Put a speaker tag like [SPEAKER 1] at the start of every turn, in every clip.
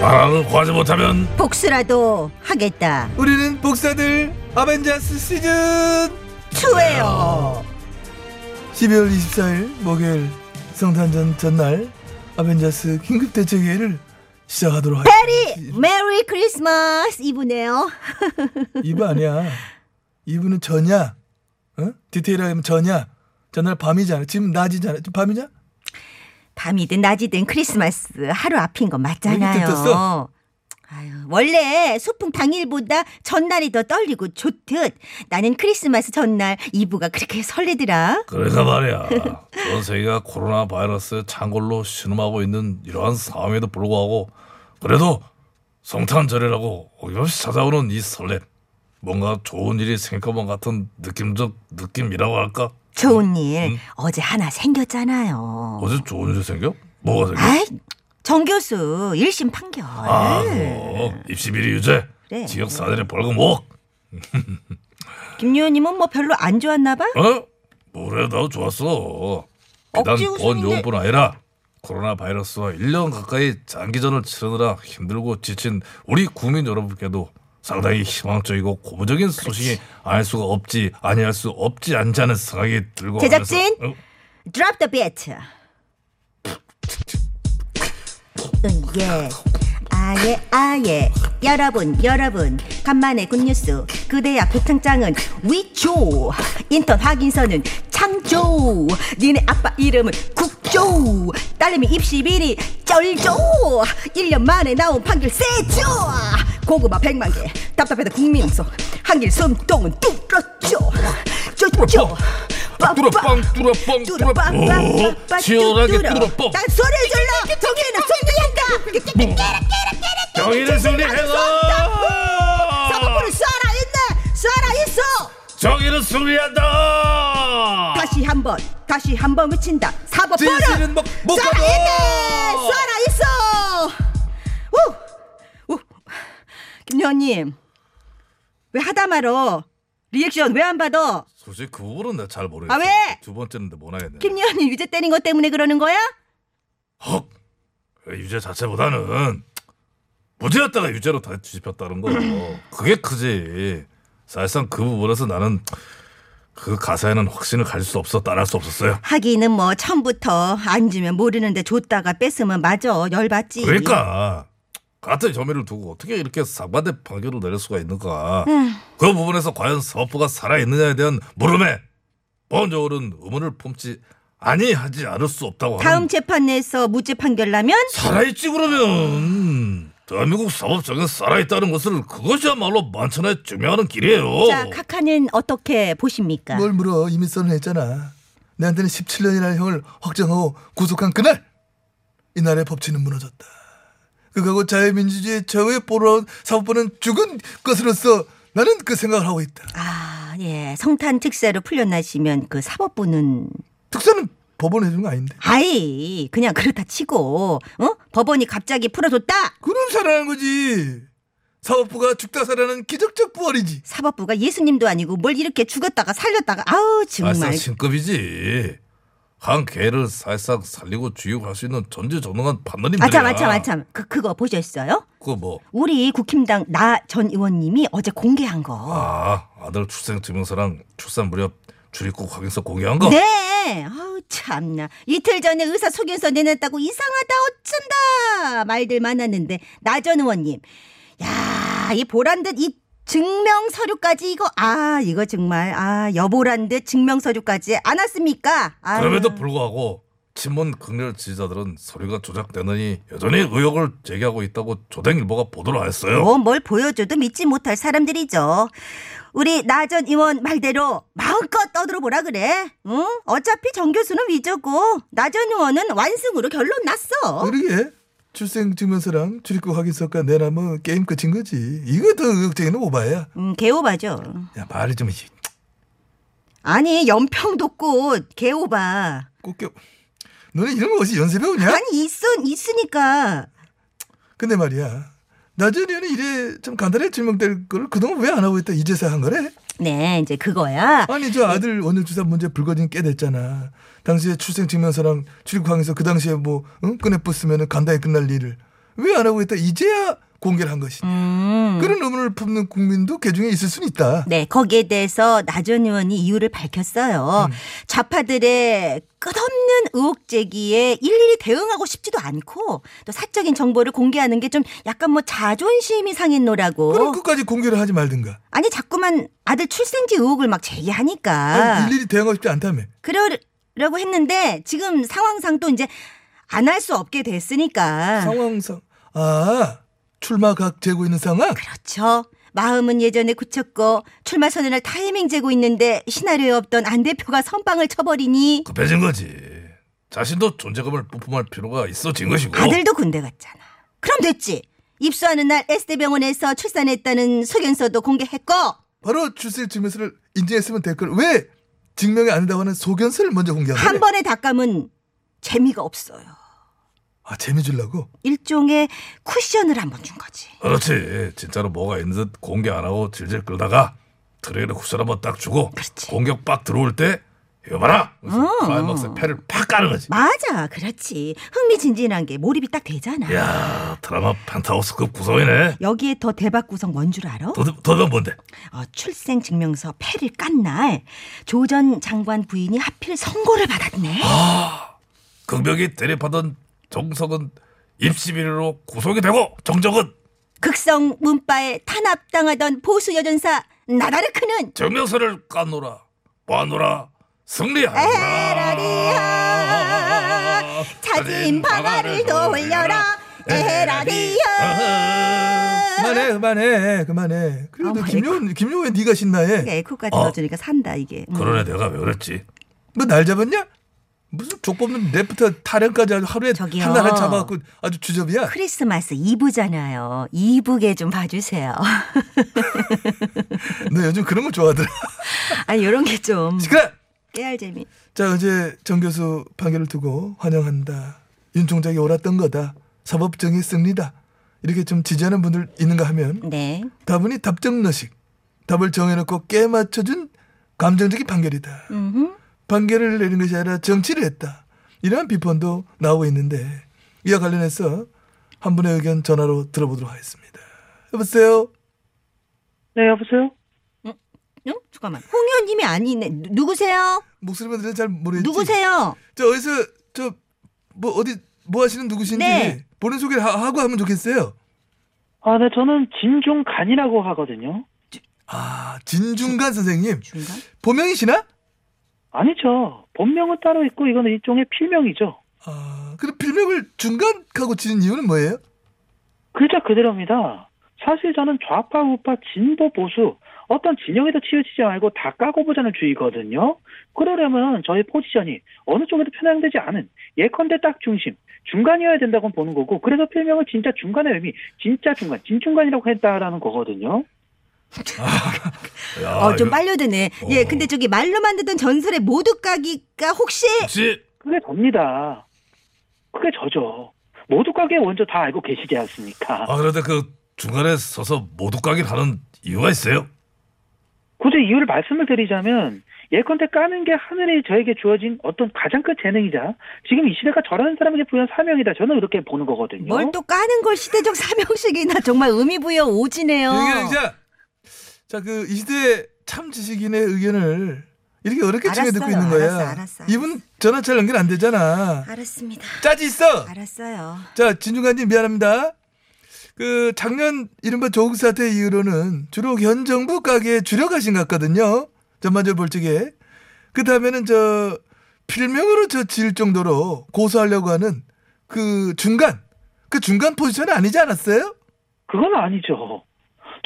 [SPEAKER 1] 바람을 구하지 못하면
[SPEAKER 2] 복수라도 하겠다.
[SPEAKER 3] 우리는 복사들 아벤자스 시즌
[SPEAKER 2] 추해요.
[SPEAKER 3] 12월 24일 목요일 성탄전 전날 아벤자스 긴급대책회의를 시작하도록
[SPEAKER 2] 베리
[SPEAKER 3] 하겠습니다.
[SPEAKER 2] 메리 크리스마스 이브네요.
[SPEAKER 3] 이브 아니야. 이브는 저냐? 어? 디테일하게 하면 저냐? 전날 밤이잖아. 지금 낮이잖아. 지금 밤이냐?
[SPEAKER 2] 밤이든 낮이든 크리스마스 하루 앞인 건
[SPEAKER 3] 왜 이렇게
[SPEAKER 2] 맞잖아요.
[SPEAKER 3] 떴어?
[SPEAKER 2] 아유, 원래 소풍 당일보다 전날이 더 떨리고 좋듯 나는 크리스마스 전날 이브가 그렇게 설레더라.
[SPEAKER 1] 그래서 말이야 전 세계가 코로나 바이러스 창궐로 신음하고 있는 이러한 상황에도 불구하고 그래도 성탄절이라고 어김없이 찾아오는 이 설렘 뭔가 좋은 일이 생길 것만 같은 느낌적 느낌이라고 할까?
[SPEAKER 2] 좋은 일
[SPEAKER 1] 음.
[SPEAKER 2] 어제 하나 생겼잖아요.
[SPEAKER 1] 어제 좋은 일 생겨? 뭐가 생겨?
[SPEAKER 2] 아이, 정 교수 1심 판결.
[SPEAKER 1] 아, 그거. 입시 비리 유죄
[SPEAKER 2] 그래.
[SPEAKER 1] 지역 사들의 벌금목
[SPEAKER 2] 김 의원님은 뭐 별로 안 좋았나 봐?
[SPEAKER 1] 어? 뭐래 나 좋았어. 비단
[SPEAKER 2] 억지
[SPEAKER 1] 본
[SPEAKER 2] 웃음인데-
[SPEAKER 1] 요원뿐 아니라 코로나 바이러스와 1년 가까이 장기전을 치르느라 힘들고 지친 우리 국민 여러분께도 상당히 희망적이고 고무적인 소식이 아닐 수가 없지 아니할 수 없지 않지 않은 생각이 들고
[SPEAKER 2] 제작진!
[SPEAKER 1] 하면서- 어?
[SPEAKER 2] Drop the beat. 응, 예. 아예, 아예. 여러분, 여러분. 간만에 굿뉴스. 그 대학 구탕장은 위조. 인턴 확인서는 창조. 니네 아빠 이름은 국조. 딸내미 입시 비리 쩔조. 1년 만에 나온 판결 세죠. 고구마 100만 개. 답답해도 국민 속. 한길 숨통은 뚫었죠. 쪼쪼.
[SPEAKER 1] 뚜라빵 뚜라빵 뚜라빵 오, 치열하게 뚜라빵
[SPEAKER 2] 난 소리 질러 정의는 승리한다
[SPEAKER 1] 정의를
[SPEAKER 2] 사법부를
[SPEAKER 1] 승리해라
[SPEAKER 2] 쏴라 있네 쏴라 있어
[SPEAKER 1] 정의를 승리한다
[SPEAKER 2] 다시 한번 다시 한번 외친다 사법부를
[SPEAKER 3] 진실은
[SPEAKER 1] 뭐
[SPEAKER 3] 못- 못
[SPEAKER 2] 쏴라
[SPEAKER 3] 가둬.
[SPEAKER 2] 있네 쏴라 있어 우! 우! 김여원님 왜 하다 말어 리액션 왜 안 받아
[SPEAKER 1] 솔직히 그 부분은 내가 잘 모르겠어
[SPEAKER 2] 아, 왜?
[SPEAKER 1] 두 번째인데 못 하겠네
[SPEAKER 2] 김여원님 유죄 때린 것 때문에 그러는 거야?
[SPEAKER 1] 헉! 유죄 자체보다는 무죄였다가 유죄로 다 뒤집혔다는 거 그게 크지 사실상 그 부분에서 나는 그 가사에는 확신을 가질 수 없어 따라할 수 없었어요
[SPEAKER 2] 하기는 뭐 처음부터 안 주면 모르는데 줬다가 뺏으면 맞아 열받지
[SPEAKER 1] 그러니까 같은 혐의를 두고 어떻게 이렇게 상반된 판결을 내릴 수가 있는가 그 부분에서 과연 사법부가 살아있느냐에 대한 물음에 본조울은 의문을 품지 아니하지 않을 수 없다고 하는
[SPEAKER 2] 다음 재판 내에서 무죄 판결 나면
[SPEAKER 1] 살아있지 그러면 대한민국 사법정에 살아있다는 것을 그것이야말로 만천하에 증명하는 길이에요.
[SPEAKER 2] 자 카카는 어떻게 보십니까?
[SPEAKER 3] 뭘 물어 이미 선언했잖아 내한테는 17년이라는 형을 확정하고 구속한 그날 이날의 법치는 무너졌다 그거하고 자유민주주의 최후의 보로온 사법부는 죽은 것으로서 나는 그 생각을 하고 있다
[SPEAKER 2] 아, 예. 성탄 특사로 풀려나시면 그 사법부는
[SPEAKER 3] 특사는 법원에 주는 거 아닌데
[SPEAKER 2] 아이, 그냥 그렇다 치고, 어? 법원이 갑자기 풀어줬다!
[SPEAKER 3] 그럼 살아난 거지 사법부가 죽다 살아난 기적적 부활이지
[SPEAKER 2] 사법부가 예수님도 아니고 뭘 이렇게 죽었다가 살렸다가, 아우,
[SPEAKER 1] 사실상
[SPEAKER 2] 정말.
[SPEAKER 1] 신급이지. 한 개를 사실상 살리고 죽이고 할 수 있는 전지전능한 판단입니다.
[SPEAKER 2] 아참, 아참, 아참. 그, 그거 보셨어요?
[SPEAKER 1] 그거 뭐,
[SPEAKER 2] 우리 국힘당 나 전 의원님이 어제 공개한 거.
[SPEAKER 1] 아, 아들 출생증명서랑 출산 무렵 출입국 확인서 공개한 거?
[SPEAKER 2] 네! 아우, 참나. 이틀 전에 의사 소견서 내놨다고 이상하다, 어쩐다! 말들 많았는데, 나 전 의원님. 야, 이 보란 듯 이 증명 서류까지 이거, 아, 이거 정말, 아, 여보란 듯 증명 서류까지 안 왔습니까? 아,
[SPEAKER 1] 그럼에도 불구하고 친문 극렬 지지자들은 서류가 조작되느니 여전히 의혹을 제기하고 있다고 조댕일보가 보도를 했어요.
[SPEAKER 2] 뭐 뭘 보여줘도 믿지 못할 사람들이죠. 우리 나전 의원 말대로 마음껏 떠들어보라 그래. 응? 어차피 정 교수는 위조고 나전 의원은 완승으로 결론 났어.
[SPEAKER 3] 그러게 출생증명서랑 출입국 확인서가 내놔면 게임 끝인 거지. 이거 더 의혹적인 오바야.
[SPEAKER 2] 음, 개오바죠.
[SPEAKER 3] 야 말이 좀 이-
[SPEAKER 2] 아니 연평도 꽃 개오바.
[SPEAKER 3] 꽃겨. 너는 이런 거 어디 연습해 오냐?
[SPEAKER 2] 아니 있은 있으니까
[SPEAKER 3] 근데 말이야. 나전이는 이래 참 간단하게 증명될 걸 그동안 왜 안 하고 있다 이제서야 한 거래?
[SPEAKER 2] 네 이제 그거야.
[SPEAKER 3] 아니 저 아들 원형주사 문제 불거진 꽤 됐잖아. 당시에 출생증명서랑 출입항에서 그 당시에 뭐 응? 꺼내 붙으면 간단히 끝날 일을 왜 안 하고 있다 이제야 공개를 한 것이냐.
[SPEAKER 2] 음.
[SPEAKER 3] 그런 의문을 품는 국민도 그 중에 있을 수는 있다.
[SPEAKER 2] 네, 거기에 대해서 나전 의원이 이유를
[SPEAKER 3] 음.
[SPEAKER 2] 밝혔어요. 좌파들의 끝없는 의혹 제기에 일일이 대응하고 싶지도 않고 또 사적인 정보를 공개하는 게 좀 약간 뭐 자존심이
[SPEAKER 3] 그럼
[SPEAKER 2] 상했노라고.
[SPEAKER 3] 끝까지 공개를 하지 말든가.
[SPEAKER 2] 아니 자꾸만 아들 출생지 의혹을 막 제기하니까
[SPEAKER 3] 아니, 일일이 대응하고 싶지 않다며.
[SPEAKER 2] 그러려고 했는데 지금 상황상 또 이제 안 할 수 없게 됐으니까.
[SPEAKER 3] 상황상. 아 출마각 재고 있는 상황?
[SPEAKER 2] 그렇죠. 마음은 예전에 굳혔고 출마 선언할 타이밍 재고 있는데 시나리오에 없던 안 대표가 선빵을 쳐버리니
[SPEAKER 1] 급해진 거지. 자신도 존재감을 부품할 필요가 있어진 것이고.
[SPEAKER 2] 아들도 군대 갔잖아. 그럼 됐지. 입소하는 날 S대병원에서 출산했다는 소견서도 공개했고
[SPEAKER 1] 아,
[SPEAKER 3] 바로 출생증명서를 인증했으면 될 걸 왜 증명이 안 된다고 하는 소견서를 먼저 공개한 거래?
[SPEAKER 2] 한 번에 닦아면 재미가 없어요.
[SPEAKER 3] 아 재미 주려고?
[SPEAKER 2] 일종의 쿠션을 한 번 준 거지.
[SPEAKER 1] 그렇지. 진짜로 뭐가 있는 듯 공개 안 하고 질질 끌다가 트레이를 쿠션 한번 딱 주고
[SPEAKER 2] 그렇지. 어.
[SPEAKER 1] 공격 빡 들어올 때 이거 봐라. 클라이막스 패를 팍 까는 거지.
[SPEAKER 2] 맞아, 그렇지. 흥미진진한 게 몰입이 딱 되잖아.
[SPEAKER 1] 야 드라마 펜타우스급 구성이네.
[SPEAKER 2] 여기에 더 대박 구성 뭔 줄 알아?
[SPEAKER 1] 도대- 도대체 뭔데?
[SPEAKER 2] 어, 출생증명서 패를 깐 날 조 전 장관 부인이 하필 선고를 받았네.
[SPEAKER 1] 극명히 대립하던 정석은 입시비리로 구속이 되고 정적은
[SPEAKER 2] 극성 문파에 탄압당하던 보수 여전사 나다르크는
[SPEAKER 1] 증명서를 까노라 마노라 승리하라
[SPEAKER 2] 에라리아 찾은 방아를 돌려라
[SPEAKER 1] 에라리아
[SPEAKER 3] 그만해 그만해 그만해 그리고
[SPEAKER 2] 어머,
[SPEAKER 3] 김용은 김용은 왜 네가 신나해
[SPEAKER 2] 에코까지
[SPEAKER 1] 어.
[SPEAKER 2] 넣어주니까 산다 이게 음.
[SPEAKER 1] 그러네 내가 왜 그랬지
[SPEAKER 3] 뭐 날 잡았냐 무슨 족 뽑는 랩부터 타령까지 아주 하루에
[SPEAKER 2] 저기요. 그
[SPEAKER 3] 한 나라 잡아갖고 아주 주접이야
[SPEAKER 2] 크리스마스 이브잖아요 이브게 좀 봐주세요
[SPEAKER 3] 너 요즘 그런 거 좋아하더라
[SPEAKER 2] 아니 요런 게 좀
[SPEAKER 3] 시끄러
[SPEAKER 2] 깨알 재미
[SPEAKER 3] 자 어제 정 교수 판결을 두고 환영한다 윤 총장이 옳았던 거다 사법정의 승리다 이렇게 좀 지지하는 분들 있는가 하면
[SPEAKER 2] 네
[SPEAKER 3] 답은이 답정너식 답을 정해놓고 깨 맞춰준 감정적인 판결이다
[SPEAKER 2] 음흠.
[SPEAKER 3] 판결을 내린 것이 아니라 정치를 했다. 이러한 비판도 나오고 있는데 이와 관련해서 한 분의 의견 전화로 들어보도록 하겠습니다. 여보세요.
[SPEAKER 4] 네, 여보세요?
[SPEAKER 2] 응? 잠깐만 홍 의원님이 아니네 누- 누구세요
[SPEAKER 3] 목소리만 들으면 잘 모르겠지.
[SPEAKER 2] 누구세요
[SPEAKER 3] 저 어디서 저 뭐 어디 뭐 하시는 누구신지
[SPEAKER 2] 네.
[SPEAKER 3] 본인 소개를 하, 고 하면 좋겠어요.
[SPEAKER 4] 아, 네, 저는 진종간이라고 하거든요.
[SPEAKER 3] 아 진중간 선생님
[SPEAKER 2] 중간
[SPEAKER 3] 본명이시나?
[SPEAKER 4] 아니죠. 본명은 따로 있고, 이건 일종의 필명이죠.
[SPEAKER 3] 아 그럼 필명을 중간하고 지는 이유는 뭐예요?
[SPEAKER 4] 글자 그대로입니다. 사실 저는 좌파, 우파, 진보, 보수, 어떤 진영에도 치우치지 말고 다 까고 보자는 주의거든요. 그러려면 저의 포지션이 어느 쪽에도 편향되지 않은 예컨대 딱 중심, 중간이어야 된다고 보는 거고, 그래서 필명을 진짜 중간의 의미, 진짜 중간, 진중간이라고 했다라는 거거든요.
[SPEAKER 1] 야,
[SPEAKER 2] 어
[SPEAKER 1] 아,
[SPEAKER 2] 좀
[SPEAKER 1] 이거
[SPEAKER 2] 빨려드네 예
[SPEAKER 1] 어.
[SPEAKER 2] 근데 저기 말로만 듣던 전설의 모두 까기가 혹시
[SPEAKER 1] 혹시
[SPEAKER 4] 그게 접니다. 그게 저죠. 모두 가게 먼저 다 알고 계시지 않습니까?
[SPEAKER 1] 아 그런데 그 중간에 서서 모두 까기를 하는 이유가 있어요
[SPEAKER 4] 굳이 이유를 말씀을 드리자면 예컨대 까는 게 하늘이 저에게 주어진 어떤 가장 큰 재능이자 지금 이 시대가 저라는 사람에게 부여한 사명이다. 저는 그렇게 보는 거거든요.
[SPEAKER 2] 뭘 또 까는 걸 시대적 사명식이나 정말 의미 부여 오지네요.
[SPEAKER 3] 유경자 자그 이 시대 참 지식인의 의견을 이렇게 어렵게
[SPEAKER 2] 알았어요.
[SPEAKER 3] 층에 듣고 있는 거야.
[SPEAKER 2] 알았어, 알았어, 알았어.
[SPEAKER 3] 이분 전화 잘 연결 안
[SPEAKER 2] 아,
[SPEAKER 3] 되잖아.
[SPEAKER 2] 알았습니다.
[SPEAKER 3] 짜지 있어.
[SPEAKER 2] 알았어요.
[SPEAKER 3] 자 진중관님 미안합니다. 그 작년 이른바 조국 사태 이후로는 주로 현 정부 가게에 주력하신 것 같거든요. 전반적으로 볼 적에 그 다음에는 저 필명으로 저 지을 정도로 고소하려고 하는 그 중간 그 중간 포지션이 아니지 않았어요?
[SPEAKER 4] 그건 아니죠.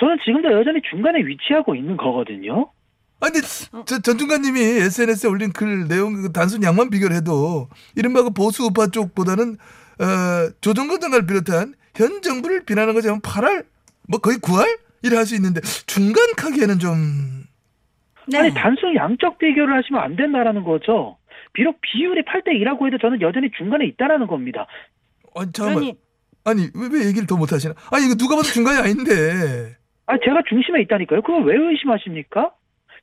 [SPEAKER 4] 저는 지금도 여전히 중간에 위치하고 있는 거거든요.
[SPEAKER 3] 아니 근데 저, 전 중관님이 SNS에 올린 글 내용 그 단순 양만 비교해도 이른바 그 보수 우파 쪽보다는 어, 조정권 장관을 비롯한 현 정부를 비난하는 것이 한 8할 뭐 거의 9할 이래 할 수 있는데 중간 카기에는 좀
[SPEAKER 2] 네.
[SPEAKER 4] 네. 아니 단순 양적 비교를 하시면 안 된다라는 거죠. 비록 비율이 8대 2라고 해도 저는 여전히 중간에 있다라는 겁니다.
[SPEAKER 3] 아니 잠깐만
[SPEAKER 5] 그러니
[SPEAKER 3] 아니 왜, 왜 얘기를 더 못하시나 아니 이거 누가 봐도 중간이 아닌데
[SPEAKER 4] 아 제가 중심에 있다니까요. 그걸 왜 의심하십니까?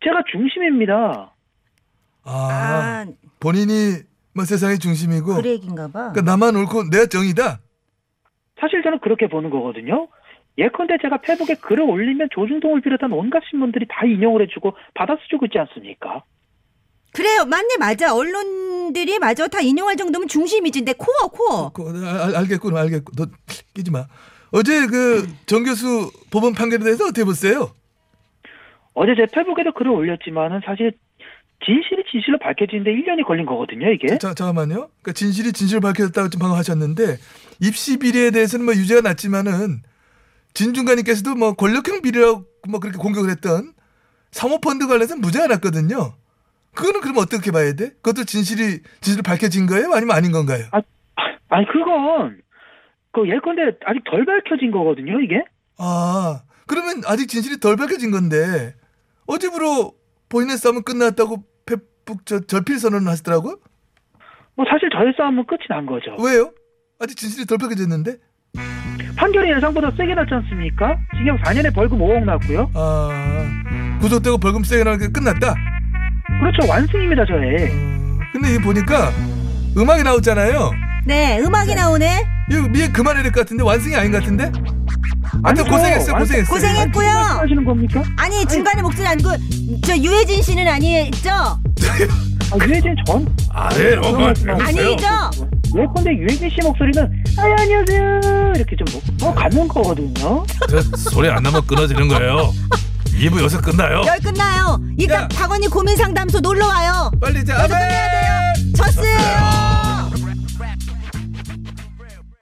[SPEAKER 4] 제가 중심입니다.
[SPEAKER 3] 아,
[SPEAKER 2] 아,
[SPEAKER 3] 본인이 뭐 세상의 중심이고
[SPEAKER 2] 그 얘기인가 봐.
[SPEAKER 3] 그러니까 나만 옳고 내 정이다
[SPEAKER 4] 사실 저는 그렇게 보는 거거든요. 예컨대 제가 페북에 글을 올리면 조중동을 비롯한 온갖 신문들이 다 인용을 해주고 받아쓰주고 있지 않습니까?
[SPEAKER 2] 그래요, 맞네, 맞아. 언론들이 맞아. 다 인용할 정도면 중심이지. 내 코어, 코어.
[SPEAKER 3] 그, 알, 알겠군 알겠군 너 끼지 마 어제 그 정 교수 법원 판결에 대해서 어떻게 보세요?
[SPEAKER 4] 어제 제 페북에도 글을 올렸지만은 사실 진실이 진실로 밝혀지는데 1년이 걸린 거거든요, 이게.
[SPEAKER 3] 자, 잠깐만요. 그러니까 진실이 진실을 밝혀졌다고 지금 방금 하셨는데 입시 비리에 대해서는 뭐 유죄가 났지만은 진중관님께서도 뭐 권력형 비리라고 뭐 그렇게 공격을 했던 사모펀드 관련해서는 무죄가 났거든요. 그거는 그럼 어떻게 봐야 돼? 그것도 진실이 진실을 밝혀진 거예요? 아니면 아닌 건가요?
[SPEAKER 4] 아니 그건 그 예컨대 아직 덜 밝혀진 거거든요, 이게.
[SPEAKER 3] 아 그러면 아직 진실이 덜 밝혀진 건데 어제부로 본인의 싸움은 끝났다고 페북 저, 절필 선언을 하시더라고요.
[SPEAKER 4] 뭐 사실 저의 싸움은 끝이 난 거죠.
[SPEAKER 3] 왜요? 아직 진실이 덜 밝혀졌는데?
[SPEAKER 4] 판결이 예상보다 세게 났지 않습니까? 징역 4년에 벌금 5억 났고요.
[SPEAKER 3] 아 구속되고 벌금 세게 나게 끝났다.
[SPEAKER 4] 그렇죠, 완승입니다, 저의.
[SPEAKER 3] 근데 이 보니까 음악이 나오잖아요.
[SPEAKER 2] 네, 음악이 나오네.
[SPEAKER 3] 이거 미에 그만해야 될 것 같은데 완승이 아닌 것 같은데? 아무튼
[SPEAKER 4] 아니죠.
[SPEAKER 3] 고생했어요,
[SPEAKER 4] 완-
[SPEAKER 3] 고생했어요.
[SPEAKER 2] 고생했고요.
[SPEAKER 4] 하시는 겁니까?
[SPEAKER 2] 아니, 중간에 목소리 아니고, 저 유해진 씨는 아니죠?
[SPEAKER 4] 아, 유해진 전 뭐,
[SPEAKER 1] 아니에요. 네,
[SPEAKER 2] 아니죠?
[SPEAKER 4] 예컨대 유해진 씨 목소리는 아 안녕하세요 이렇게 좀 뭐 가는 거거든요.
[SPEAKER 1] 저 소리 안 나면 끊어지는 거예요. 2부 여기서 끝나요.
[SPEAKER 2] 열 끝나요. 이따
[SPEAKER 3] 야.
[SPEAKER 2] 박원희 고민 상담소 놀러 와요.
[SPEAKER 3] 빨리 이제
[SPEAKER 2] 여기서
[SPEAKER 3] 아멘!